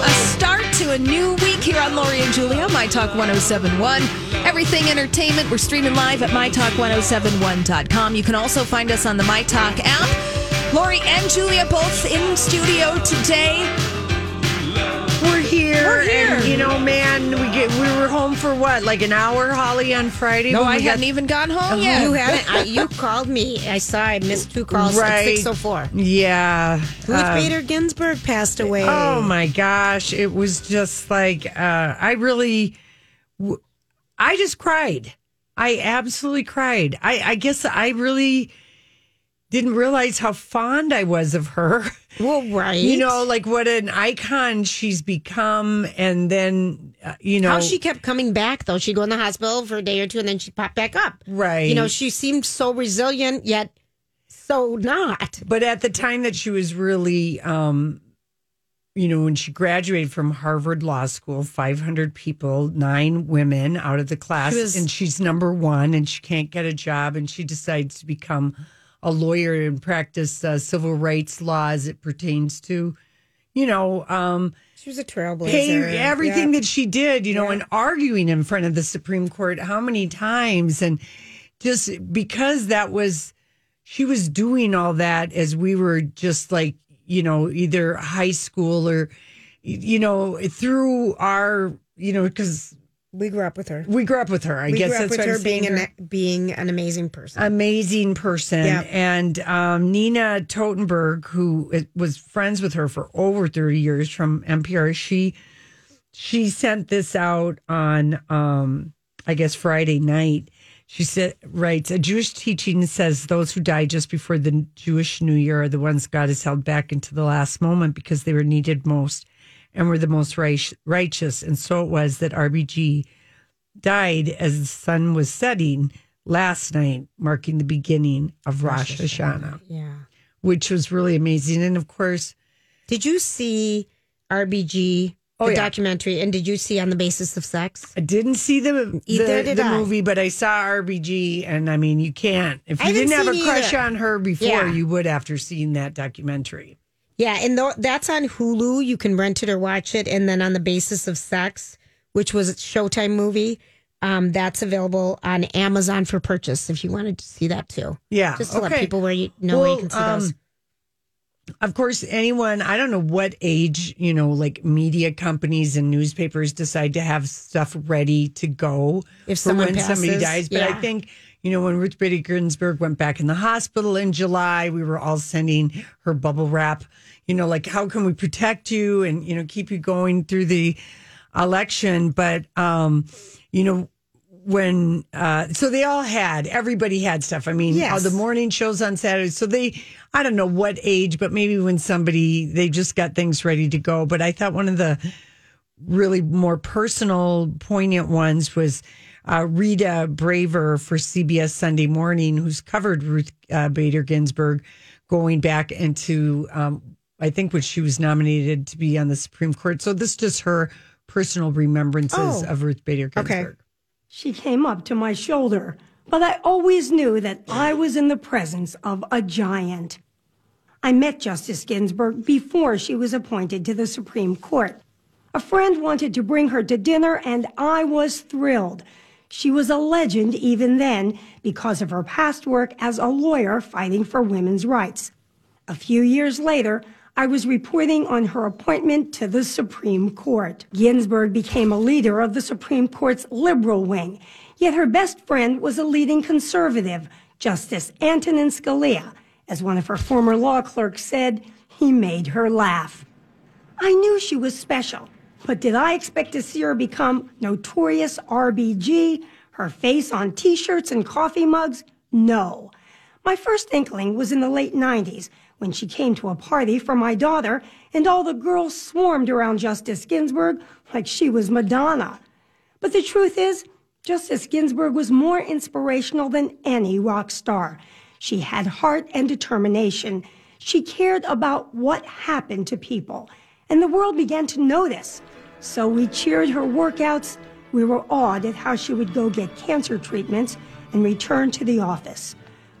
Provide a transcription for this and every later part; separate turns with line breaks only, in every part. A start to a new week here on Lori and Julia, My Talk 1071. Everything entertainment. We're streaming live at MyTalk1071.com. You can also find us on the My Talk app. Lori and Julia both in studio today.
We're here.
We're here.
And, you know, man, we get we were home for what, like an hour, Holly, on Friday.
No,
when we
I
got- Oh,
hadn't even gone home yet.
You haven't. I, you called me. I saw I missed two calls
Right. Um,
at six oh four.
Yeah.
Ruth
um,
Bader Ginsburg passed away.
Oh my gosh, it was just like uh, I really, w- I just cried. I absolutely cried. I, I guess I really didn't realize how fond I was of her.
Well, right.
You know, like what an icon she's become, and then uh, you know
how she kept coming back though. She'd go in the hospital for a day or two, and then she'd pop back up.
right.
You know, she seemed so resilient, yet so not.
but at the time that she was really um you know when she graduated from harvard law school 500 people nine women out of the class
She was-
and she's number one and she can't get a job and she decides to become a lawyer and practice uh, civil rights law as it pertains to you know um
She was a trailblazer.
pay everything that she did, you know, and arguing in front of the Supreme Court how many times and just because that was she was doing all that as we were just like, you know, either high school or you know, through our, you know, cuz
we grew up with her.
we grew up with her. I
we
guess
grew up
that's
with
what I'm
her being
saying.
an being an amazing person.
amazing person.
Yep.
And um, Nina Totenberg, who i- was friends with her for over 30 years from NPR, she she sent this out on um, I guess Friday night. She said, writes, a Jewish teaching says those who die just before the Jewish New Year are the ones God has held back into the last moment because they were needed most and were the most right- righteous. And so it was that RBG died as the sun was setting last night, marking the beginning of Rosh Hashanah,
yeah.
which was really amazing. And of course,
Did you see RBG?
Oh,
the
yeah.
documentary, and did you see on the basis of sex?
I didn't see the
Either
the,
did
the
I.
movie, but I saw RBG, and I mean, you can't if
I
you
haven't
didn't have a
seen
crush
either.
on her before,
Yeah.
you would after seeing that documentary.
Yeah, and tho- that's on Hulu. You can rent it or watch it. And then on the basis of sex, which was a Showtime movie, um, that's available on Amazon for purchase if you wanted to see that too.
Yeah,
Just to let
okay.
people where you know where
Well,
you can see
um,
those.
Of course, anyone, I don't know what age, you know, like media companies and newspapers decide to have stuff ready to go
If
for
someone
when somebody
passes,
dies. But I
yeah.
think, you know, when Ruth Bader Ginsburg went back in the hospital in July, we were all sending her bubble wrap, you know, like how can we protect you and, you know, keep you going through the election? But, um, you know, when uh so they all had everybody had stuff i mean all
Yes.
the morning shows on saturday so they i don't know what age but maybe when somebody they just got things ready to go but i thought one of the really more personal poignant ones was uh, rita braver for cbs sunday morning who's covered ruth uh, bader ginsburg going back into um, i think when she was nominated to be on the supreme court so this is just her personal remembrances
Oh.
of ruth bader
Okay.
ginsburg
She came up to my shoulder, but I always knew that I was in the presence of a giant. I met Justice Ginsburg before she was appointed to the Supreme Court. A friend wanted to bring her to dinner, and I was thrilled. She was a legend even then because of her past work as a lawyer fighting for women's rights. A few years later, I was reporting on her appointment to the Supreme Court. Ginsburg became a leader of the Supreme Court's liberal wing, yet her best friend was a leading conservative, Justice Antonin Scalia. As one of her former law clerks said, he made her laugh. I knew she was special, but did I expect to see her become notorious RBG, her face on t shirts and coffee mugs? No. My first inkling was in the late 90s when she came to a party for my daughter and all the girls swarmed around Justice Ginsburg like she was Madonna. But the truth is, Justice Ginsburg was more inspirational than any rock star. She had heart and determination. She cared about what happened to people, and the world began to notice. So we cheered her workouts. We were awed at how she would go get cancer treatments and return to the office.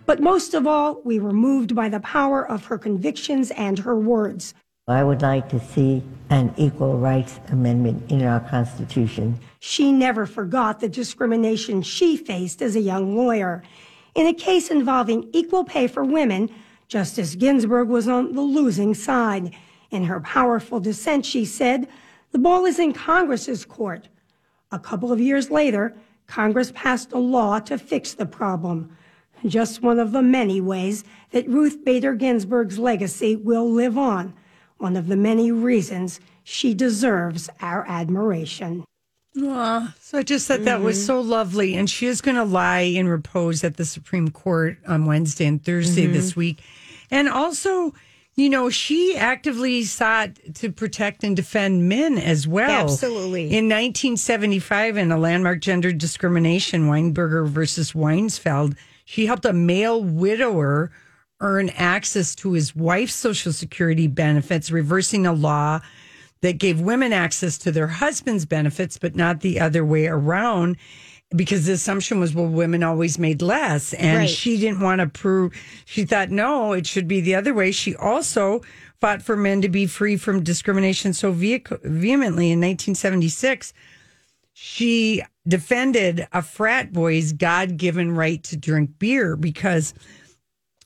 But most of all, we were moved by the power of her convictions and her words.
I would like to see an equal rights amendment in our Constitution.
She never forgot the discrimination she faced as a young lawyer. In a case involving equal pay for women, Justice Ginsburg was on the losing side. In her powerful dissent, she said, The ball is in Congress's court. A couple of years later, Congress passed a law to fix the problem. Just one of the many ways that Ruth Bader Ginsburg's legacy will live on, one of the many reasons she deserves our admiration.
Aw, so I just said that was so lovely. And she is going to lie in repose at the Supreme Court on Wednesday and Thursday this week. And also, you know, she actively sought to protect and defend men as well.
Absolutely.
In 1975, in a landmark gender discrimination, Weinberger versus Weinsfeld, she helped a male widower earn access to his wife's Social Security benefits, reversing a law that gave women access to their husband's benefits, but not the other way around. Because the assumption was, well, women always made less. And
Right.
she didn't want to prove, she thought, no, it should be the other way. She also fought for men to be free from discrimination so vehic- vehemently in 1976. She defended a frat boy's God given right to drink beer because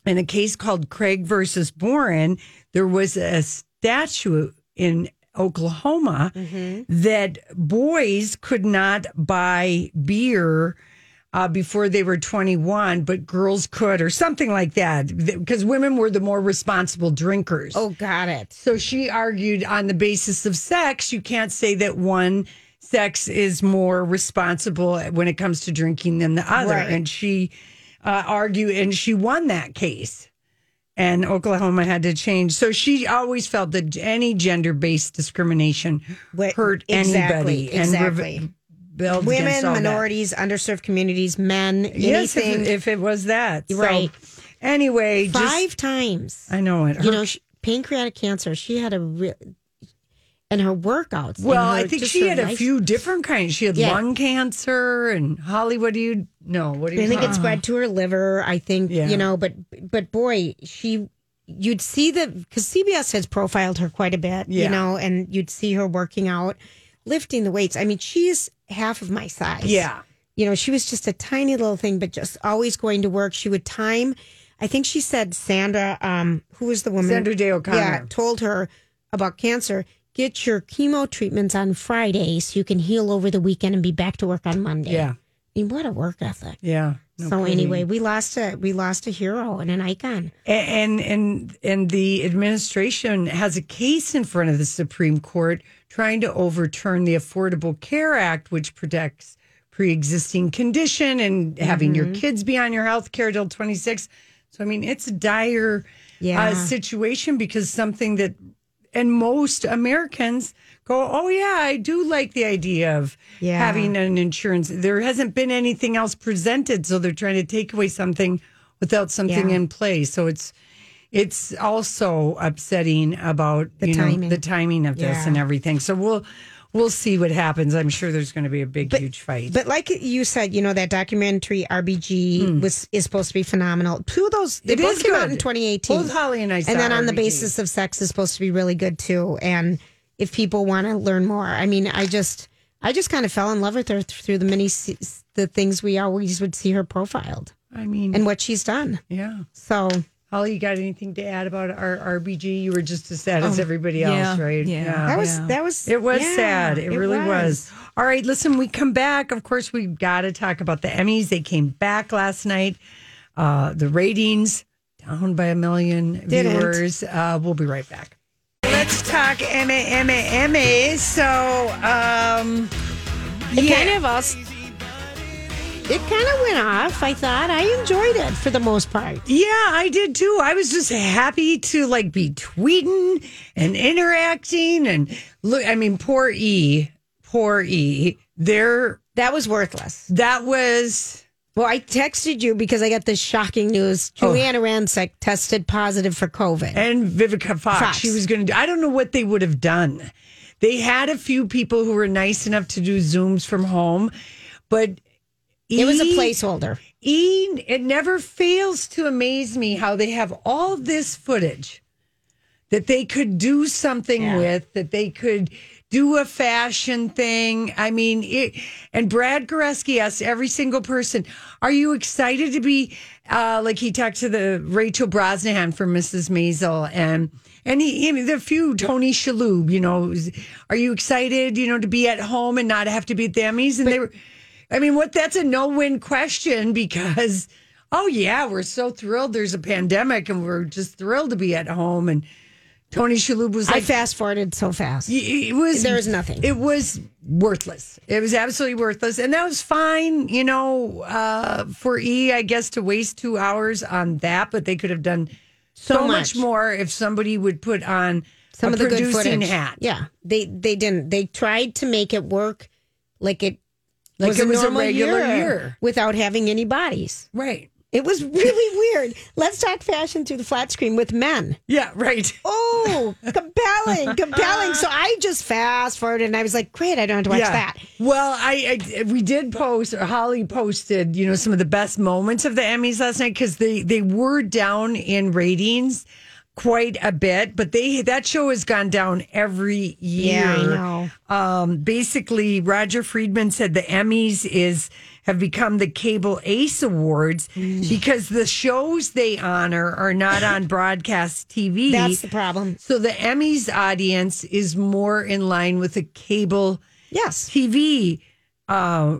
in a case called Craig versus Boren, there was a statute in Oklahoma that boys could not buy beer uh, before they were 21, but girls could, or something like that, because women were the more responsible drinkers.
Oh, got it.
So she argued on the basis of sex, you can't say that one sex is more responsible when it comes to drinking than the other.
Right.
And she uh, argued, and she won that case. And Oklahoma had to change. So she always felt that any gender based discrimination
What-
hurt anybody.
exactly,
and reve-
exactly.
built
Women,
against all that.
minorities, underserved communities, men,
Yes, if,
anything.
if it was that. So,
Right.
anyway, just-
five times.
I know it.
you
Her
know, she, pancreatic cancer. She had a real, and her workouts. and
Well, I
her-
think
just
she
her
had a
life-
few different kinds. She had
Yeah.
lung cancer and Holly. What do you know? What do you
I think
call
it spread to her liver. I think
Yeah.
you know, but but boy, she you'd see the because CBS has profiled her quite a bit,
Yeah.
you know, and you'd see her working out, lifting the weights. I mean, she's half of my size.
Yeah.
you know, she was just a tiny little thing, but just always going to work. She would time. I think she said Sandra, um, who was the woman?
Sandra Day O'Connor.
Yeah, told her about cancer. Get your chemo treatments on Friday so you can heal over the weekend and be back to work on Monday.
Yeah.
I mean, what a work ethic.
Yeah. No
so
kidding.
anyway, we lost a we lost a hero and an icon.
A- and and and the administration has a case in front of the Supreme Court trying to overturn the Affordable Care Act, which protects pre-existing condition and having
Mm-hmm.
your kids be on your health care till 26. So I mean, it's a dire uh,
Yeah.
situation because something that and most Americans go, "Oh yeah, I do like the idea of
Yeah.
having an insurance." There hasn't been anything else presented, so they're trying to take away something without something
Yeah.
in place. So it's it's also upsetting about
The
you know
timing.
the timing of this
Yeah.
and everything. So we'll we'll see what happens. I'm sure there's going to be a big huge fight.
But like you said, you know that documentary RBG was is supposed to be phenomenal. Two of those they
Hmm. It
both
is
came out
good.
in 2018.
Both Holly and I saw
and then on the
RBG.
basis of sex is supposed to be really good too. And if people want to learn more, I mean, I just I just kind of fell in love with her th- through the many se- the things we always would see her profiled
I mean,
and what she's done.
yeah.
So
Holly, you got anything to add about our RBG? You were just as sad
Oh,
as everybody
yeah,
else, right?
yeah.
That was that was
Oh, It was
yeah,
sad. It, really was. All right, listen, we come back. Of course, we got to talk about the Emmys. They came back last night. Uh, the ratings down by a 1000000
Didn't.
viewers. Uh, we'll be right back. Let's talk Emmy, Emmy, Emmy. So, um,
It kind of us. It kind of went off. I thought I enjoyed it for the most part.
Yeah, I did too. I was just happy to like be tweeting and interacting and look. I mean, poor E, poor E. There,
That was worthless.
that was
Well, I texted you because I got this shocking news. Juliana Rancic tested positive for COVID.
and Vivica Fox.
Fox.
She was going to do. I don't know what they would have done. They had a few people who were nice enough to do zooms from home, but
it was a
E-
placeholder.
E, it never fails to amaze me how they have all this footage that they could do something with, that they could do a fashion thing. I mean, it, and Brad Goreski asked every single person, Are you excited to be, uh, like he talked to the Rachel Brosnahan from Mrs. Maisel and, and he, I mean, the few Tony Shalhoub, you know, are you excited, you know, to be at home and not have to be at the Emmys? And they were, I mean, what that's a no win question because, oh, yeah, we're so thrilled there's a pandemic and we're just thrilled to be at home. And Tony Shalhoub was
I
like,
fast forwarded so fast.
it was
There was nothing.
It was worthless. It was absolutely worthless, and that was fine. You know, uh, for E, I guess to waste two hours on that, but they could have done so, much.
much.
more if somebody would put on
Some
a
of the good
producing
footage.
hat.
Yeah, they they didn't. They tried to make it work, like it
Like
was
it was a
normal
regular
year,
year.
without having any bodies.
right.
It was really weird. Let's talk fashion through the flat screen with men.
Yeah, right.
Oh, compelling, compelling. So I just fast forwarded and I was like, great, I don't have to watch that.
Well, I, I we did post or Holly posted, you know, some of the best moments of the Emmys last night because they they were down in ratings quite a bit, but they that show has gone down every year.
Yeah, I know.
Um, basically, Roger Friedman said the Emmys is have become the cable ace awards
Mm.
because the shows they honor are not on broadcast TV.
That's the problem.
so the Emmys audience is more in line with a cable
Yes.
TV uh,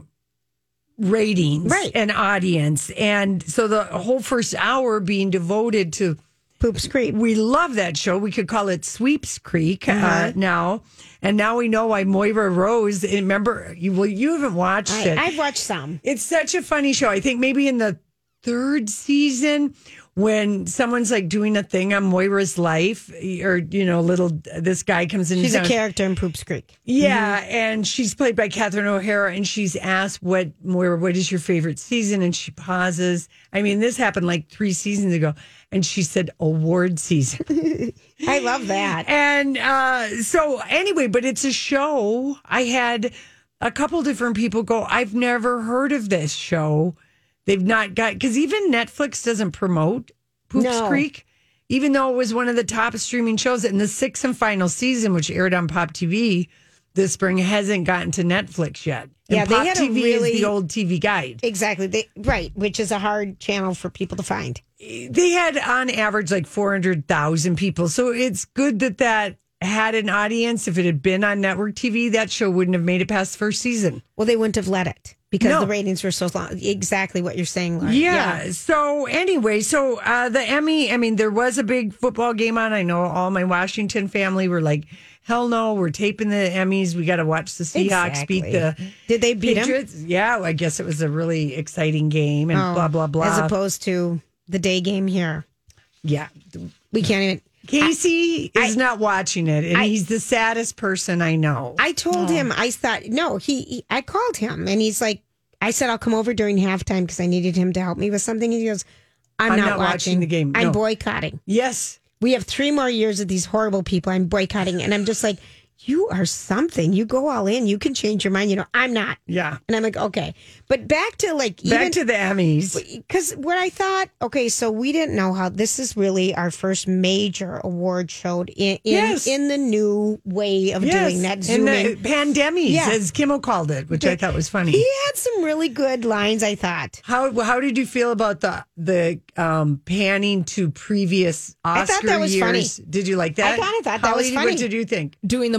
ratings
Right.
and audience. And so the whole first hour being devoted to,
Poops creep.
we love that show. We could call it Sweeps Creek
Mm-hmm.
uh, now. And now we know why Moira Rose, and remember, you, well, you haven't watched
I,
it.
I've watched some.
It's such a funny show. I think maybe in the third season, when someone's like doing a thing on Moira's life, or you know, little this guy comes in. and
She's a
sounds-
character in Poops Creek.
yeah, and she's played by Catherine O'Hara, and she's asked what Moira, what is your favorite season? And she pauses. I mean, this happened like three seasons ago, and she said award season.
I love that.
and uh, so anyway, but it's a show. I had a couple different people go, I've never heard of this show. They've not got because even Netflix doesn't promote Poops
No.
Creek. Even though it was one of the top streaming shows in the sixth and final season, which aired on Pop TV this spring, hasn't gotten to Netflix yet. And
Yeah, they
Pop
had a
TV is
really-
the old TV guide.
Exactly. They, right, which is a hard channel for people to find.
they had on average like 400,000 people. So it's good that that had an audience. If it had been on network TV, that show wouldn't have made it past the first season.
Well, they wouldn't have let it because
No.
the ratings were so long. Exactly what you're saying, Lauren.
Yeah. So anyway, so uh, the Emmy, I mean, there was a big football game on. I know all my Washington family were like, hell no, we're taping the Emmys. We got to watch the Seahawks beat the.
Exactly. Did they beat 'em?
Patriots. Yeah, I guess it was a really exciting game and blah, blah, blah.
Oh, As opposed to the day game here.
yeah.
We can't even.
Casey is not watching it, and he's the saddest person I know.
I told him, I thought, no, he, he- I called him and he's like, I said, I'll come over during halftime because I needed him to help me with something. He goes, I'm,
I'm
not,
not watching
watching.
the game. No.
I'm boycotting.
yes.
We have three more years of these horrible people. I'm boycotting. And I'm just like, you are something. You go all in. You can change your mind. You know, I'm not.
Yeah.
And I'm like, okay. But back to like
Back
even
to the Emmys.
because what I thought, okay, so we didn't know how this is really our first major award show in in,
Yes.
in the new way of doing that
in
zooming.
the pandemics,
Yeah.
as Kimmel called it, which I thought was funny.
he had some really good lines, I thought.
How how did you feel about the the um, panning to previous Oscar
I thought that was funny.
years? Did you like that?
I kinda thought that
Holly,
was funny.
What did you think?
Doing the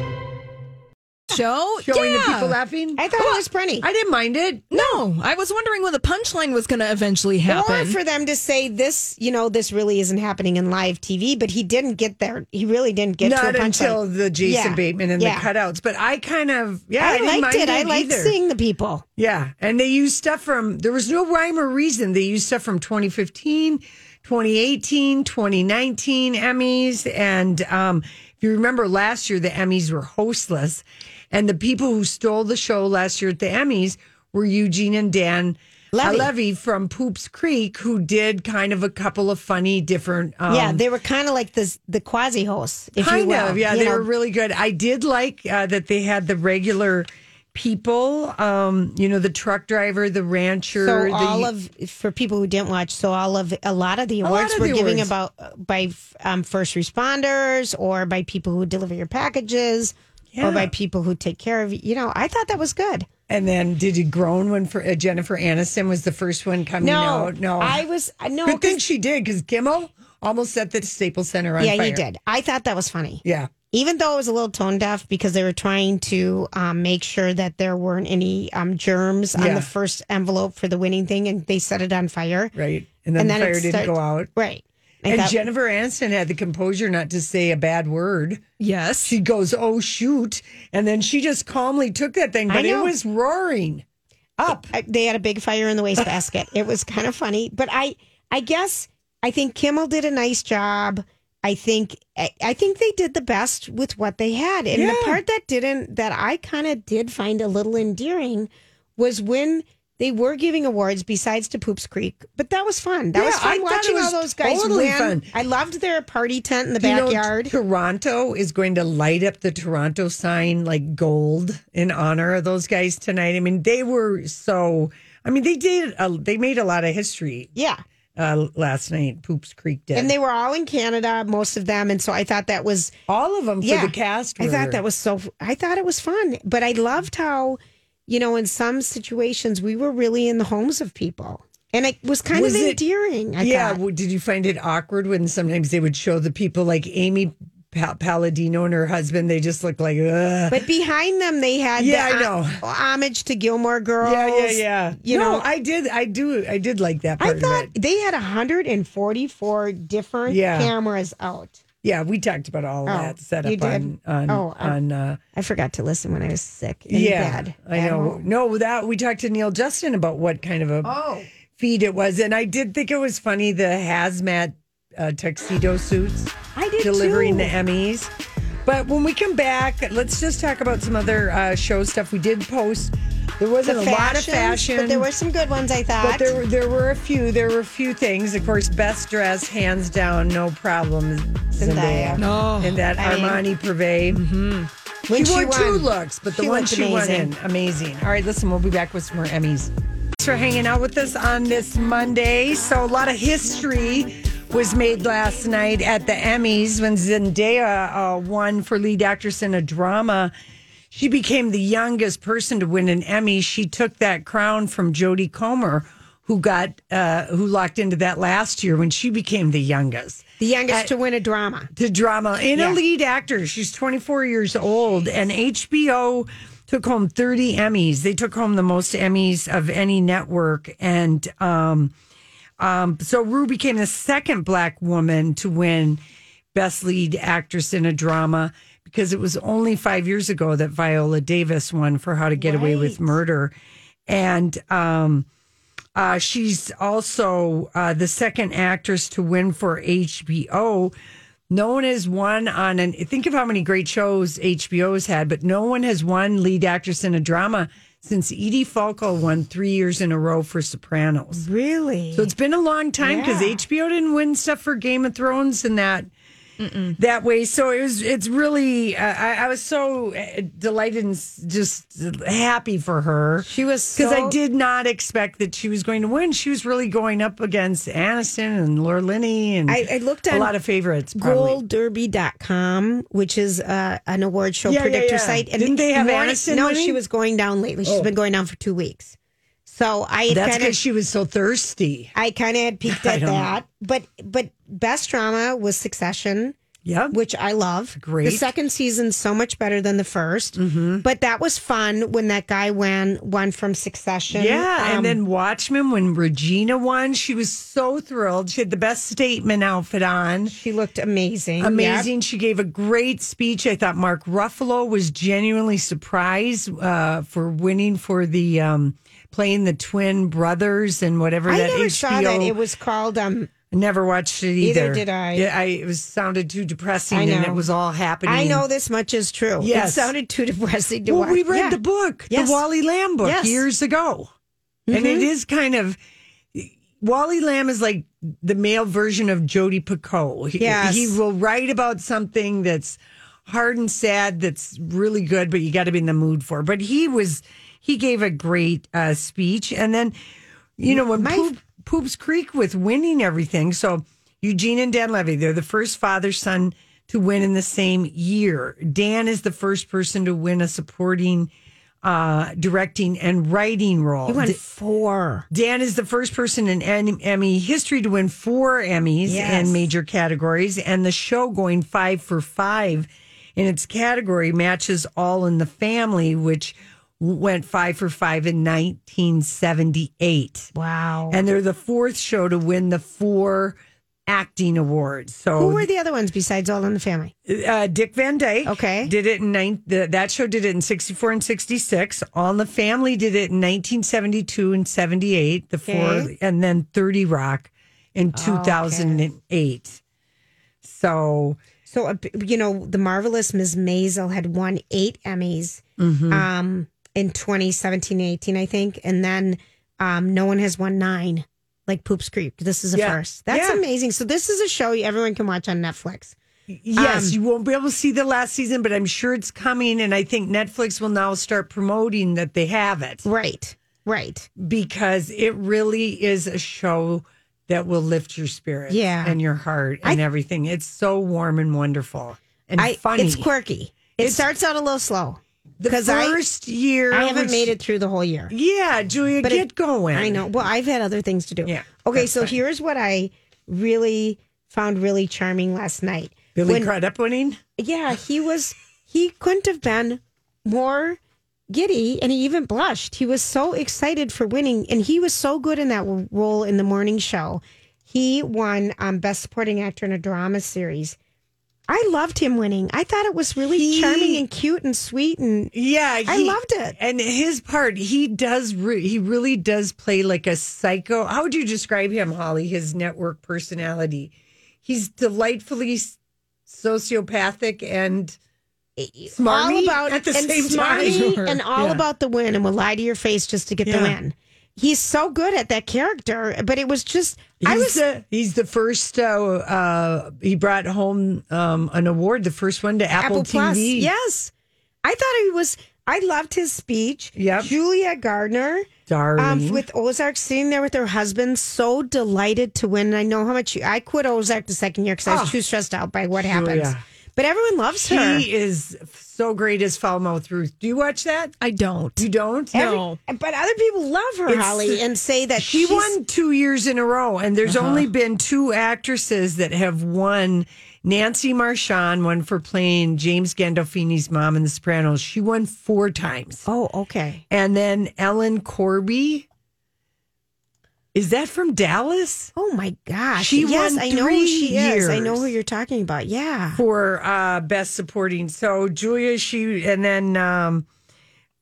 the show.
showing
yeah.
the people laughing.
I thought it was funny.
I didn't mind it.
No, I was wondering when the punchline was going to eventually
Or
happen.
for them to say this, you know, this really isn't happening in live TV, but he didn't get there. He really didn't get
Not
to a punchline.
until the Jason
Yeah.
Bateman and
Yeah.
the cutouts, but I kind of yeah, I,
I,
didn't
liked
mind
it. I liked
either.
seeing the people.
Yeah, and they used stuff from there was no rhyme or reason. They used stuff from 2015, 2018, 2019 Emmys, and um, if you remember last year, the Emmys were hostless, and the people who stole the show last year at the Emmys were Eugene and Dan. Levy.
Levy.
from Poops Creek, who did kind of a couple of funny different. Um,
yeah, they were kind of like this, the quasi hosts, if you
kind
will.
of yeah
you
they
know.
were really good i did like uh, that they had the regular people um you know the truck driver the rancher
So
the,
all of for people who didn't watch, so all of a lot of the
lot
awards
of
were
the
giving
awards.
about by um, first responders or by people who deliver your packages or by people who take care of you. You know, I thought that was good.
and then did you groan when for, uh, jennifer aniston was the first one coming
No,
out no
I was uh, no.
good thing
'cause-
she did because kimmel almost set the staples center on
yeah,
fire
he did. I thought that was funny,
yeah
even though it was a little tone deaf because they were trying to um, make sure that there weren't any um, germs on
Yeah.
the first envelope for the winning thing, and they set it on fire.
right and then, the
it
fire didn't
start-
go out
Right. I
and
thought-
jennifer aniston had the composure not to say a bad word
yes.
she goes oh shoot and then she just calmly took that thing
I
but it
know.
was roaring up
I- they had a big fire in the wastebasket. it was kind of funny, but I I guess I think Kimmel did a nice job. I think I, I think they did the best with what they had. And the
Yeah.
part that didn't that I kind of did find a little endearing was when they were giving awards besides to Poops Creek, but that was fun. That
Yeah,
was
I
fun
thought
watching
it
all
was
those guys
totally
win.
fun.
I loved their party tent in the
Do you know
backyard.
Toronto is going to light up the Toronto sign like gold in honor of those guys tonight. I mean, they were so. I mean, they did. A, they made a lot of history
yeah.
uh, last night. Poops Creek did.
And they were all in Canada, most of them, and so I thought that was
all of them for the cast.
I thought
were-
that was so. I thought it was fun, but I loved how, you know, in some situations we were really in the homes of people, and it was kind
Was
of
it-
endearing. I
yeah.
thought.
w- Did you find it awkward when sometimes they would show the people like Amy pa- Palladino and her husband? They just look like. Ugh.
but behind them they had
Yeah,
the
I know.
hom- homage to Gilmore Girls.
yeah, yeah, yeah.
You
no,
know, I,
I did. I do. I did like that part.
thought
of it.
they had 144 different
Yeah.
cameras out.
Yeah, we talked about all
Oh,
that setup
you did?
on on
Oh, I-
on. Uh,
I forgot to listen when I was sick. and bad
I
at
know.
home.
No, that we talked to Neil Justin about what kind of a
Oh.
feed it was, and I did think it was funny the hazmat uh, tuxedo suits
I did
delivering
too.
the Emmys. But when we come back, let's just talk about some other uh, show stuff. We did post. There
The
wasn't a lot of
fashions,
fashion,
but there were some good ones. I thought.
but there were there were a few. There were a few things. Of course, best dress, hands down, no problem.
Zendaya.
Zendaya.
No.
And that
I mean-
Armani Privé.
when
She wore two
won.
looks, but the
She
one
looked
she won
amazing.
in, amazing. All right, listen, we'll be back with some more Emmys. Thanks for hanging out with us on this Monday. So a lot of history was made last night at the Emmys when Zendaya uh, won for lead actress in a drama. She became the youngest person to win an Emmy. She took that crown from Jodie Comer, who got uh, who locked into that last year when she became the youngest
The youngest to win a drama.
to drama in a
Yeah.
lead actor. She's 24 years old, and HBO took home 30 Emmys. They took home the most Emmys of any network, and um, um, so Rue became the second black woman to win Best Lead Actress in a Drama because it was only five years ago that Viola Davis won for How to Get Away with Murder. And um, uh, she's also uh, the second actress to win for HBO. No one has won on an. Think of how many great shows HBO's had, but no one has won lead actress in a drama since Edie Falco won three years in a row for Sopranos.
Really?
So it's been a long time because HBO didn't win stuff for Game of Thrones and that that way. So it was. It's really. Uh, I, I was so uh, delighted and s- just happy for her
She was
because I
so-
did not expect that she was going to win. She was really going up against Aniston and Laura Linney and
I- I looked
Mm-hmm. a
on
lot of favorites. Probably.
goldderby.com, which is uh, an award show
Yeah, yeah,
predictor
yeah.
site.
Didn't they have
Morning-
Aniston
No,
winning? Oh.
she was going down lately. She's been going down for two weeks. So I had
That's
kinda-
because she was so thirsty.
I kind of had peeked
I
at
don't know.
that. But but best drama was Succession,
Yep.
which I love.
Great. Mm-hmm.
The second season's so much better than the 1st But that was fun when that guy won one from Succession.
Yeah,
Um,
and then Watchmen when Regina won, she was so thrilled. She had the best statement outfit on.
she looked amazing.
Amazing. She gave a great speech. I thought Mark Ruffalo was genuinely surprised uh, for winning for the um, playing the twin brothers and whatever
Yep. I
that
never
HBO.
saw that. It was called um
never watched it either.
Neither did I.
Yeah, I it was sounded too depressing,
I
and
know.
it was all happening.
I know this much is true.
Yes.
It sounded too depressing to
Well,
watch.
we read
Yeah.
the book,
Yes.
the Wally Lamb book,
Yes. Mm-hmm.
years ago, and it is kind of Wally Lamb is like the male version of Jodi Picoult. He,
Yes.
he will write about something that's hard and sad, that's really good, but you got to be in the mood for. it. But he was he gave a great uh, speech, and then you know when
My-
Poop, Poops Creek with winning everything. So Eugene and Dan Levy, they're the first father son to win in the same year. Dan is the first person to win a supporting, uh, directing and writing role.
He won
D-
four.
Dan is the first person in Em- Emmy history to win four Emmys
Yes.
in major categories, and the show going five for five in its category matches All in the Family, which w- went five for five in 1978.
Wow.
And they're the fourth show to win the four acting awards. So
Who were the other ones besides All in the Family?
uh, Dick Van Dyke.
Okay.
Did it in nine, the, that show did it in 64 and 66. On the Family did it in 1972 and 78, the four,
Okay. Oh,
and then 30 Rock in
Okay.
2008. So,
So, uh, you know, the marvelous Ms. Maisel had won eight Emmys
Mm-hmm.
um, in 2017 18, I think. And then um, no one has won nine, like Poops Creek. This is a
Yeah.
first. That's
Yeah.
amazing. So, this is a show everyone can watch on Netflix.
yes,
Um,
you won't be able to see the last season, but I'm sure it's coming. And I think Netflix will now start promoting that they have it
Right, right.
because it really is a show that will lift your spirits
Yeah.
and your heart and everything. It's so warm and wonderful and
I,
funny.
It's quirky. It starts out a little slow.
The
'Cause I-
first year,
I haven't
which-
made it through the whole year.
Yeah, Julia,
But
get
it-
going.
I know. Well, I've had other things to do.
Yeah,
Okay,
that's
so
fine.
here's what I really found really charming last night.
Billy
When-
Crudup winning.
Yeah, he was. He couldn't have been more giddy, and he even blushed. He was so excited for winning, and he was so good in that role in the morning show. He won um, best supporting actor in a drama series. I loved him winning. I thought it was really
He-
charming and cute and sweet, and
Yeah,
I loved it.
And his part, he does. Re- he really does play like a psycho. How would you describe him, Holly? His network personality. He's delightfully s- sociopathic and smarmy
all about
at the
and
same
smarmy
time.
and all
Yeah.
about the win, and will lie to your face just to get
Yeah.
the win. He's so good at that character, but it was just
He's
I was
the, he's the first. Uh, uh, he brought home um, an award, the first one to Apple, TV.
Plus. Yes. I thought he was I loved his speech.
Yep.
Julia Gardner
darling.
um, with Ozark sitting there with her husband, so delighted to win. And I know how much you, I quit Ozark the second year because I
Ah.
was too stressed out by what happens.
Julia.
But everyone loves her.
She is so great as foul mouth Ruth. Do you watch that?
I don't.
You don't?
Every-
No.
but other people love her,
It's-
Holly, and say that
She
she's-
won two years in a row, and there's
Uh-huh.
only been two actresses that have won. Nancy Marchand won for playing James Gandolfini's mom in The Sopranos. She won four times.
Oh, okay.
And then Ellen Corby
Is that from Dallas?
Oh my gosh.
She
yes,
won
I know who
three
she is. I know who
years.
you're talking about. Yeah.
for uh, best supporting. So Julia, she and then um,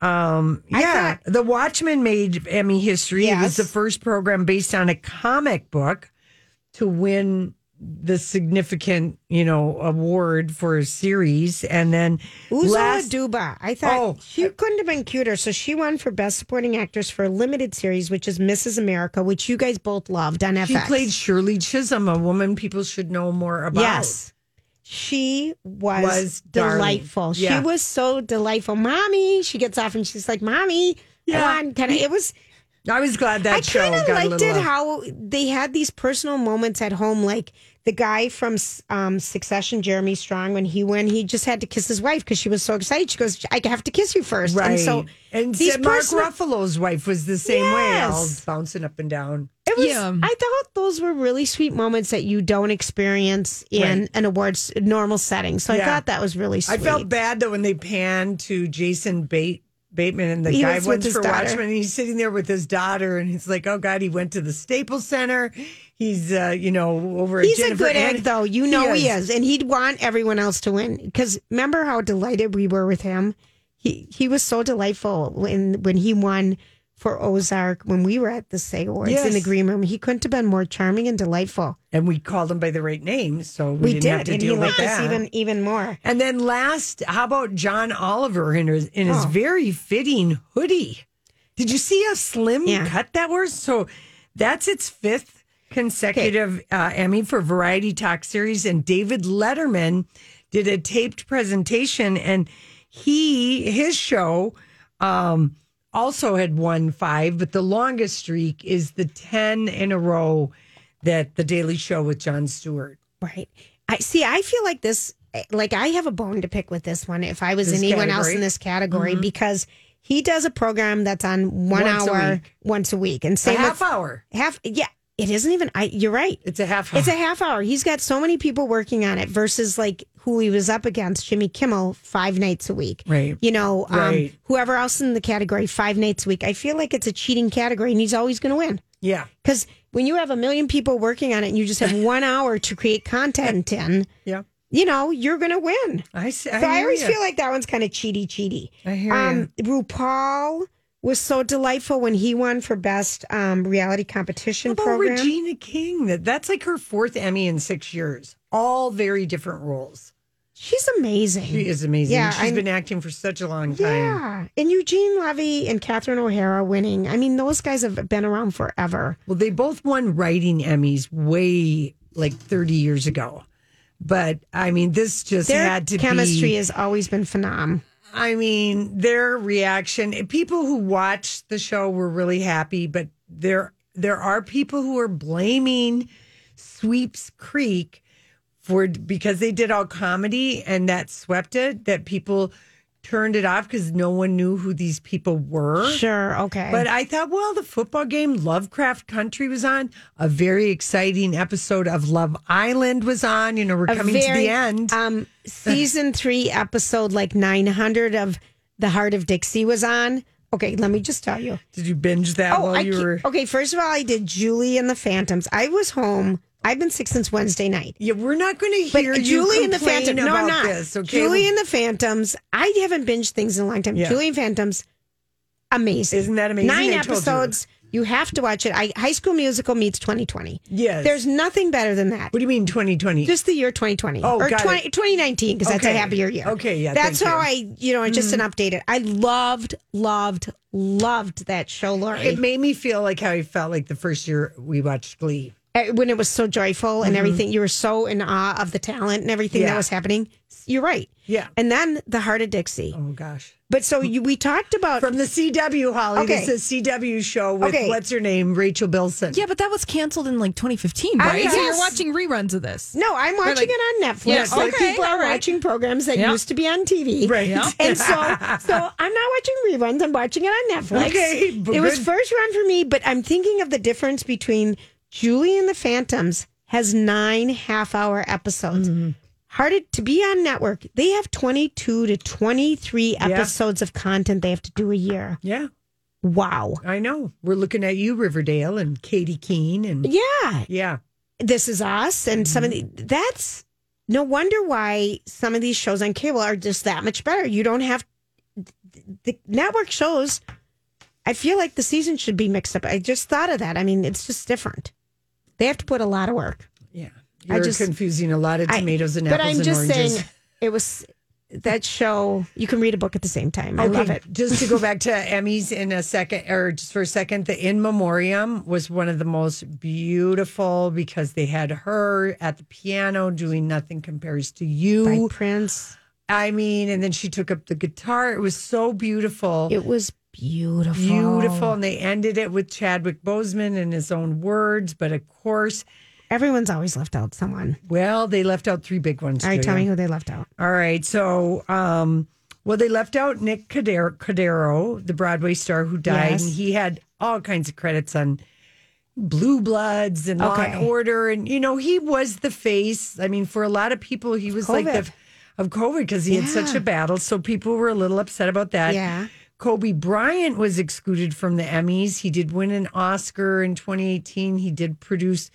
um,
I
yeah, The Watchmen made Emmy history. It was
Yes.
the first program based on a comic book to win the significant, you know, award for a series. And then
Uzo
last,
Aduba. I thought
Oh.
she couldn't have been cuter. So she won for Best Supporting Actress for a limited series, which is Mrs. America, which you guys both loved on
she
FX.
played Shirley Chisholm, a woman people should know more about.
Yes. She was,
Was darling.
delightful.
Yeah.
She was so delightful. Mommy, she gets off and she's like, Mommy,
Yeah.
yeah. Kind of, it was,
I was glad that
I
show
kind of
got a
liked
little uh,
it
love.
how they had these personal moments at home, like the guy from um, Succession, Jeremy Strong, when he went, he just had to kiss his wife because she was so excited. She goes, "I have to kiss you first.
Right.
And so,
and
these
said Mark
personal-
Ruffalo's wife was the same way, all
Yes.
bouncing up and down.
it was,
Yeah.
I thought those were really sweet moments that you don't experience in
Right.
an awards normal setting. So
Yeah.
I thought that was really sweet.
I felt bad though when they panned to Jason Bate, Bateman and the
He
guy
was with
went
his
for
daughter.
Watchmen. And he's sitting there with his daughter, and it's like, oh god, he went to the Staples Center. He's uh, you know over. at
He's
Jennifer
a good
An-
egg, though. You know he is. and he'd want everyone else to win. Because remember how delighted we were with him. He he was so delightful when when he won for Ozark when we were at the SAG Awards in the
Yes.
green room. He couldn't have been more charming and delightful.
And we called him by the right name, so we,
We,
didn't
did,
have to
and
deal
he
with
liked us
that.
even even more.
and then last, how about John Oliver in his in
Oh.
his very fitting hoodie? Did you see how slim
Yeah.
cut that was? So that's its fifth consecutive uh, Emmy for Variety Talk Series. And David Letterman did a taped presentation, and he his show um, also had won five, but the longest streak is the ten in a row that the Daily Show with Jon Stewart.
Right. I see. I feel like this. eh, Like I have a bone to pick with this one. If I was
This
anyone else
category? Mm-hmm.
in this category, because he does a program that's on one
Once a
hour
week.
once a week, and
A
same
half
with,
hour.
half. Yeah, it isn't even. I. You're right.
It's a half. hour.
It's a half hour. He's got so many people working on it versus like who he was up against, Jimmy Kimmel, five nights a week.
Right.
You know, um,
Right.
whoever else in the category, five nights a week. I feel like it's a cheating category and he's always going to win.
yeah.
Because when you have a million people working on it and you just have one hour to create content in,
Yeah.
you know, you're going to win.
I see.
So I, always
ya.
feel like that one's kind of cheaty, cheaty.
I hear
Um, RuPaul was so delightful when he won for best um, reality competition
How about
program.
Regina King? That that's like her fourth Emmy in six years. All very different roles.
She's amazing.
She is amazing.
Yeah,
She's
I'm-
been acting for such a long time.
Yeah. And Eugene Levy and Catherine O'Hara winning. I mean, those guys have been around forever.
Well, they both won writing Emmys way like thirty years ago. But I mean, this just
Their
had to
chemistry
be.
has always been phenom.
I mean, their reaction. eh, People who watched the show were really happy, but there there are people who are blaming Sweeps Creek for because they did all comedy and that swept it. That people turned it off because no one knew who these people were.
Sure. Okay.
But I thought, well, the football game Lovecraft Country was on. A very exciting episode of Love Island was on. You know, we're
A
coming to
very,
the end.
Um, season three, episode like 900 of The Heart of Dixie was on. Okay. Let me just tell you.
Did you binge that while
Oh, I
you
ca-
were?
okay. First of all, I did Julie and the Phantoms. I was home. I've been sick since Wednesday night.
Yeah, we're not going to
But
hear you
Julie and the
complain
Phantom. No,
about
I'm not.
this. Okay,
Julie and the Phantoms. I haven't binged things in a long time.
Yeah.
Julie and Phantoms, amazing.
Isn't that amazing?
Nine
I told you.
episodes. You. have to watch it. I, High School Musical meets 2020.
Yes.
There's nothing better than that.
What do you mean, 2020?
Just the year 2020
Oh,
or
got it.
20, 2019 because that's a
Okay.
happier year.
Okay, yeah,
That's
thank
how
you. Mm-hmm.
I, you know, I just an updated. I loved, loved, loved that show, Lori.
it made me feel like how I felt like the first year we watched Glee.
Uh, when it was so joyful and everything. You were so in awe of the talent and everything
Mm-hmm. Yeah.
that was happening. You're right.
Yeah.
And then the Heart of Dixie.
Oh gosh.
But so you, we talked about
From the CW, Holly.
Okay.
This is a CW show with
Okay.
what's her name, Rachel Bilson.
Yeah, but that was canceled in like 2015, right?
yeah.
So
Yes.
you're watching reruns of this.
no, I'm watching
like-
it on Netflix.
Yes,
like
okay,
people are
all right.
watching programs that
Yeah.
used to be on TV.
Right. Yeah.
And so, so I'm not watching reruns. I'm watching it on Netflix.
Okay, but
It was
good.
first run for me, but I'm thinking of the difference between Julie and the Phantoms has nine half hour episodes. Hard to be on network. They have 22 to 23 episodes of content they have to do a year.
Yeah.
Wow.
I know. We're looking at you, Riverdale, and Katie Keene, and
Yeah.
yeah,
This is us and some of the
Mm-hmm.
that's no wonder why some of these shows on cable are just that much better. You don't have the network shows I feel like the season should be mixed up. I just thought of that. I mean, it's just different. They have to put a lot of work.
yeah.
I
You're
just-
confusing a lot of
I-
tomatoes and
but
apples
I'm
and
just
oranges.
saying it was that show. You can read a book at the same time. I
Okay,
love it.
just to go back to Emmys in a second, or just for a second, the In Memoriam was one of the most beautiful because they had her at the piano doing Nothing Compares to
By
You.
Prince.
I mean, and then she took up the guitar. It was so beautiful.
It was beautiful.
beautiful. And they ended it with Chadwick Boseman in his own words. But of course,
Everyone's always left out someone.
well, they left out three big ones.
All right,
Julia.
tell me who they left out.
All right. So, um, well, they left out Nick Cadero, Cadero the Broadway star who died,
Yes.
and he had all kinds of credits on Blue Bloods and Law and
Okay.
Order, and you know he was the face. I mean, for a lot of people, he was like the
COVID.
of COVID because he had such
Yeah.
a battle, so people were a little upset about that.
Yeah.
Kobe Bryant was excluded from the Emmys. He did win an Oscar in 2018. He did produce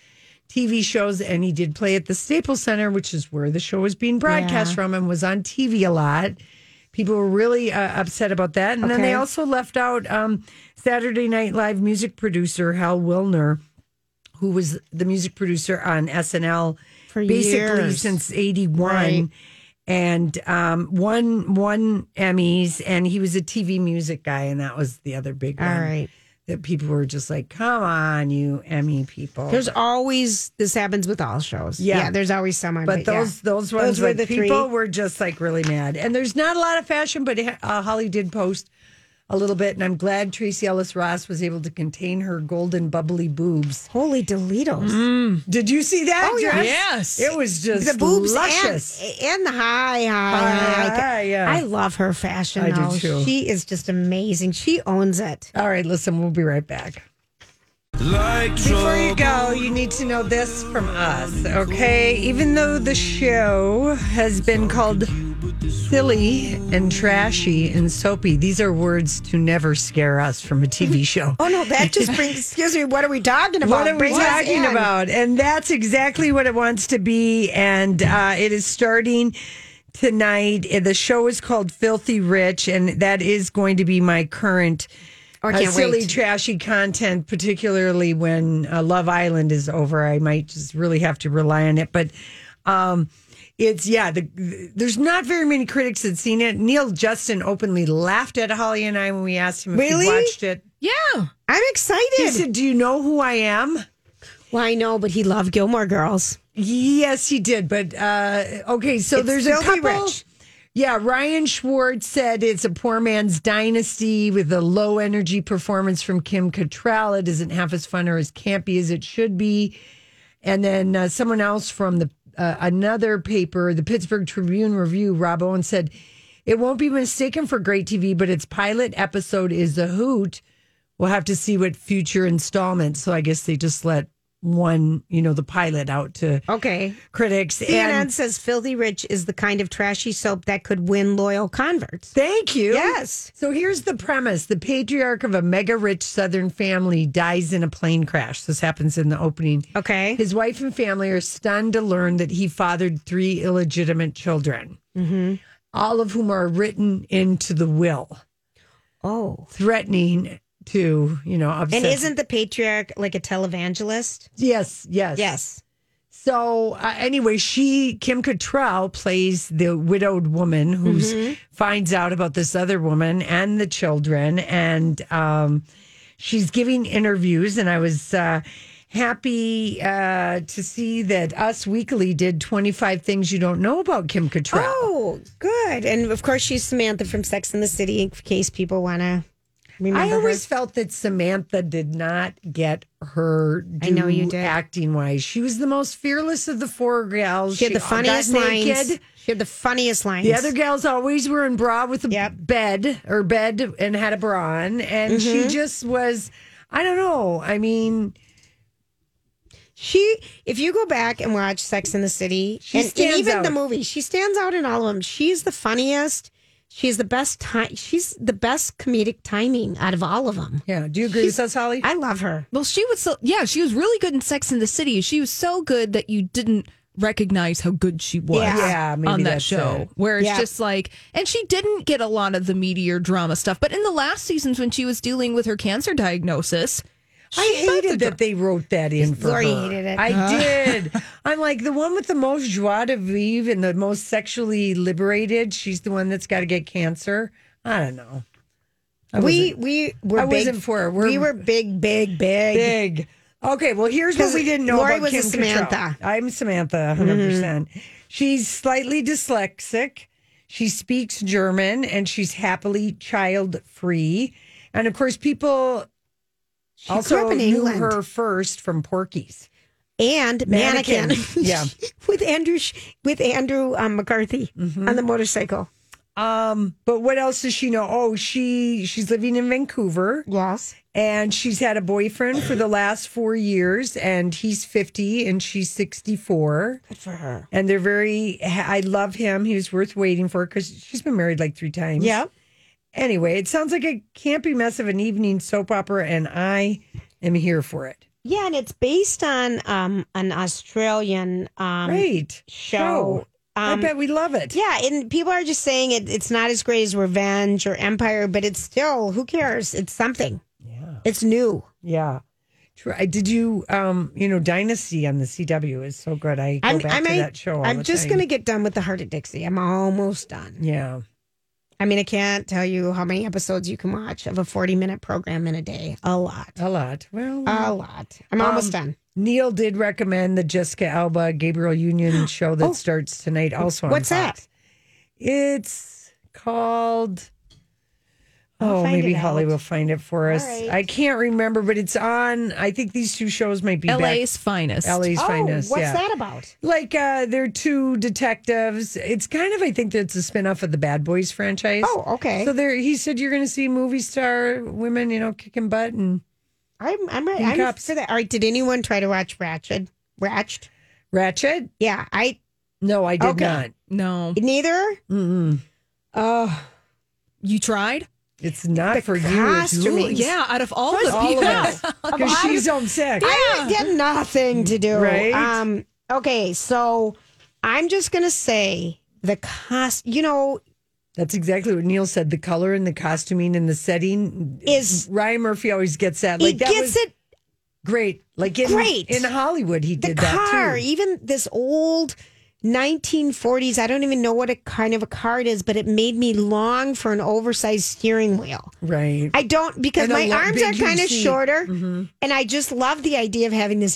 TV shows and he did play at the Staples Center, which is where the show was being broadcast
Yeah.
from and was on TV a lot. People were really uh, upset about that. And then they
Okay.
also left out um, Saturday Night Live music producer Hal Wilner, who was the music producer on SNL
For
basically
years.
since 81
Right.
and um, won one Emmys. And he was a TV music guy. And that was the other big
All
one
right.
that people were just like, come on, you Emmy people.
There's always this happens with all shows.
Yeah.
there's always someone.
But
yeah.
those those ones
were
like
the three.
people were just like really mad. And there's not a lot of fashion, but uh, Holly did post a little bit, and I'm glad Tracy Ellis Ross was able to contain her golden bubbly boobs.
holy Doritos.
Did you see that?
Oh,
dress?
yes. Yes.
it was just
Mm, The boobs
luscious.
and, and the high, high,
High,
high.
high, yeah.
I love her fashion.
I do
though.
too.
She is just amazing. She owns it.
All right, listen, we'll be right back.
Like
Before you go, you need to know this from us, okay? Even though the show has been called silly and trashy and soapy, these are words to never scare us from a TV show.
Oh no, that just brings. excuse me. What are we talking about?
What are we
Brings us
talking
in.
about? And that's exactly what it wants to be. And uh, it is starting tonight. Uh, The show is called Filthy Rich, and that is going to be my current
Oh, I
uh,
can't
silly,
wait.
trashy content, particularly when uh, Love Island is over. I might just really have to rely on it. But um, it's, yeah, the, the- there's not very many critics that seen it. Neil Justin openly laughed at Holly and I when we asked him if
Really?
he watched it.
Yeah.
I'm
He
excited.
said, Do you know who I am?
well, I know, but he loved Gilmore Girls.
Yes, he did. But uh, okay, so
It's
there's a
filthy
couple.
rich.
Yeah, Ryan Schwartz said it's a poor man's dynasty with a low energy performance from Kim Cattrall. It isn't half as fun or as campy as it should be. And then uh, someone else from the uh, another paper, the Pittsburgh Tribune Review, Rob Owen said it won't be mistaken for great TV, but its pilot episode is a hoot. We'll have to see what future installments. So I guess they just let one, you know, the pilot out to
Okay.
critics.
CNN
And
says Filthy Rich is the kind of trashy soap that could win loyal converts.
thank you.
Yes.
So here's the premise the patriarch of a mega rich Southern family dies in a plane crash. This happens in the opening.
Okay.
His wife and family are stunned to learn that he fathered three illegitimate children, all of whom are written into the will,
Oh.
threatening to, you know, upset.
And isn't the patriarch like a televangelist?
Yes, yes.
Yes.
So uh, anyway, she Kim Cattrall plays the widowed woman who finds out about this other woman and the children, and um, she's giving interviews. And I was uh, happy uh, to see that Us Weekly did twenty five things you don't know about Kim Cattrall.
Oh, good. And of course, she's Samantha from Sex and the City, in case people want to remember.
I
her.
always felt that Samantha did not get her
I know you
due
did.
acting wise. She was the most fearless of the four gals.
She had the
got
funniest lines.
naked.
She had the funniest lines.
The other gals always were in bra with a
Yep.
bed or bed and had a bra on, and she just was. I don't know. I mean,
she, if you go back and watch Sex in the City,
She
and, and
stands
even the
out.
movie, she stands out in all of them. She's the funniest. She's the best time. She's the best comedic timing out of all of them.
Yeah. Do you agree with us, Holly?
I love her.
Well, she was so yeah, she was really good in Sex in the City. She was so good that you didn't recognize how good she was
Yeah. Yeah, maybe
on that
that's
show.
it.
Where it's
Yeah.
just like and she didn't get a lot of the meteor drama stuff, but in the last seasons when she was dealing with her cancer diagnosis,
I hated that they wrote that in for
Lori
her.
hated it.
I
Huh.
did. I'm like the one with the most joie de vivre and the most sexually liberated. She's the one that's got to get cancer. I don't know. I
we
wasn't-
we were
I
big,
wasn't for it. We're-
we were big, big, big,
big. Okay, well here's what
'Cause
we didn't know
Lori
about
was a
Kim Cattrall.
Samantha. Mm-hmm.
I'm Samantha, 100. percent She's slightly dyslexic. She speaks German and she's happily child free. And of course, people
She grew
also
up in
knew
England.
her first from Porky's.
and mannequin.
Mannequin. Yeah.
with Andrew Sh- with Andrew um, McCarthy
Mm-hmm.
on the motorcycle.
Um, but what else does she know? Oh, she she's living in Vancouver.
Yes.
And she's had a boyfriend for the last four years, and he's fifty and she's sixty four.
Good for her.
And they're very. I love him. He was worth waiting for because she's been married like three times.
Yep.
Anyway, it sounds like a campy mess of an evening soap opera, and I am here for it.
Yeah, and it's based on um, an Australian um,
Great
show.
I bet we love it.
Yeah, and people are just saying it, it's not as great as Revenge or Empire, but it's still who cares? It's something. Yeah, it's new.
Yeah. True. I- Did you, um, you know, Dynasty on the CW is so good. I go
I'm,
back
I
to
might,
that show. all
I'm
the
just
time.
gonna get done with the Heart of Dixie. I'm almost done.
Yeah.
I mean, I can't tell you how many episodes you can watch of a 40 minute program in a day. A lot.
A lot. Well,
A lot. I'm almost
um,
done.
Neil did recommend the Jessica Alba Gabriel Union show that starts tonight. Also, on
Oh. What's that?
Fox. It's called.
I'll
Oh,
find
maybe
it
Holly
out.
will find it for us.
right.
I can't remember, but it's on. I think these two shows might be back-
LA's finest.
LA's
oh,
finest.
what's
yeah.
that about?
Like uh, they're two detectives. It's kind of I think that's a spinoff of the Bad Boys franchise.
Oh, okay.
So there, he said you're going to see movie star women, you know, kicking butt and
I'm I'm ready.
Pink
I'm
cups.
for that. All right. Did anyone try to watch Ratchet? Ratchet?
ratchet.
Yeah. I
No, I did
Okay.
not.
No.
neither.
Mm-mm.
Oh,
You tried?
It's not
The
for you.
costuming.
It's
Yeah, out of all
First
the
of all of
people.
us. because she's homesick.
I get nothing to do.
Right?
Um. Okay. So I'm just gonna say the cost. You know,
That's exactly what Neil said. The color and the costuming and the setting
Is-
Ryan Murphy always gets that. Like
he
that
gets
was
it.
great. Like in,
Great.
in Hollywood, he
The
did
car,
that too.
even this old. 1940s. I don't even know what a kind of a car it is, but it made me long for an oversized steering wheel.
Right.
I don't because
And a
my
lo-
arms
big,
are
huge
kind of
seat. Mm-hmm.
shorter, and I just love the idea of having this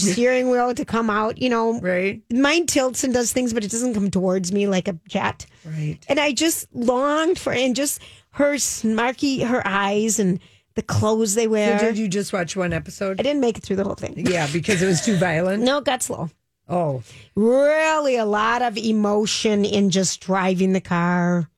steering wheel to come out. You know,
right.
mine tilts and does things, but it doesn't come towards me like a jet.
Right.
And I just longed for and just her snarky, her eyes and the clothes they
So
wear.
did you just watch one
I
episode?
didn't make it through the whole thing.
Yeah, because it was too violent.
No, it got slow.
Oh,
Really, a lot of emotion in just driving the car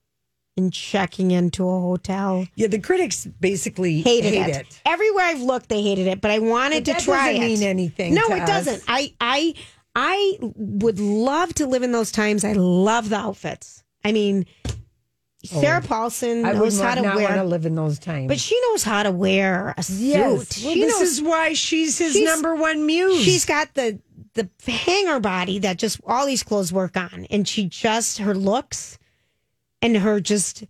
and checking into a hotel.
yeah. The critics basically
hated
hate
it. Everywhere I've looked, they hated it. But I wanted
But that
to try
doesn't
it.
mean anything
No,
to
it
us.
doesn't. I I I would love to live in those times. I love the outfits. I mean, Sarah Paulson
Oh. I would
knows how
not,
to
not want to
wear,
live in those times.
but she knows how to wear a suit.
yes, well,
she
this
knows.
is why she's his
she's-
number one muse.
she's got the the hanger body that just all these clothes work on, and she just her looks and her just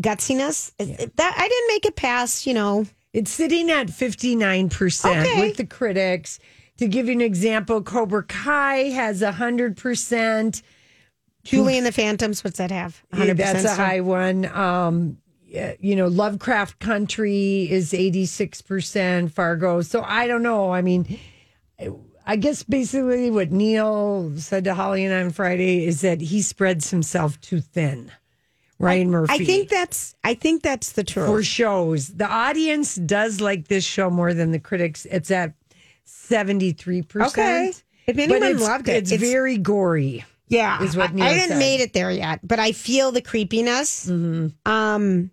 gutsiness. That I didn't make it past. You know,
It's sitting at 59%
Okay.
with the critics. To give you an example, Cobra Kai has 100%.
Julie and the Phantoms. What's that have?
Yeah,
100%
That's a
still?
high one. Um, yeah, you know, Lovecraft Country is 86%, Fargo. So I don't know. I mean, I guess basically what Neil said to Holly and I on Friday is that he spreads himself too thin. Ryan Murphy.
I think that's I think that's the truth.
for shows. The audience does like this show more than the critics. It's at 73%.
Okay. If anyone
But it's-
loved it,
it's,
it's-
very gory.
yeah,
is what
I-
Neil
I didn't
said.
made it there yet, but I feel the creepiness. Um,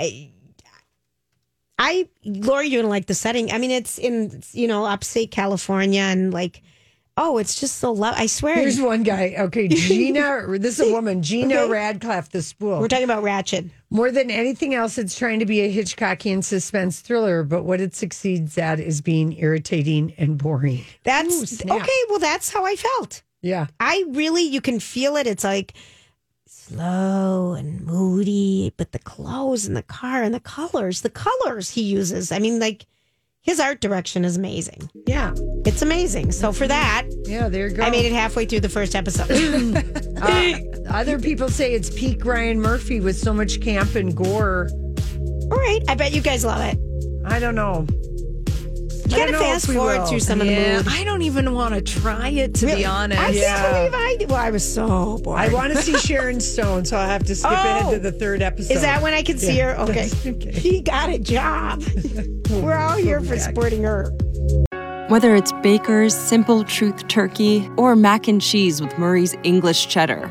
I, I, Lori, you're gonna like the setting. I mean, it's in you know upstate California and like Oh, it's just so loud. I swear.
Here's one guy. Okay, Gina. this is a woman, Gina Radcliffe, the spool.
We're talking about Ratchet.
More than anything else, it's trying to be a Hitchcockian suspense thriller, but what it succeeds at is being irritating and boring. Ooh,
That's
snap.
okay. Well, that's how I felt.
Yeah.
I really, you can feel it. It's like slow and moody, but the clothes and the car and the colors, the colors he uses. I mean, like his art direction is amazing.
Yeah.
It's amazing. So for that,
Yeah, there you go.
I made it halfway through the first episode.
Uh, other people say it's peak Ryan Murphy with so much camp and gore.
All right. I bet you guys love it.
I don't know.
You gotta fast forward through some
Yeah,
of the mood.
I don't even want to try it to
Really?
be honest.
I
Yeah.
can't believe I did. Well, I was so bored.
I want to see Sharon Stone, so I'll have to skip ahead
Oh.
to the third episode.
Is that when I can see
Yeah.
her? Okay. She got a job. We're all here for supporting her.
Whether it's Baker's Simple Truth Turkey or mac and cheese with Murray's English Cheddar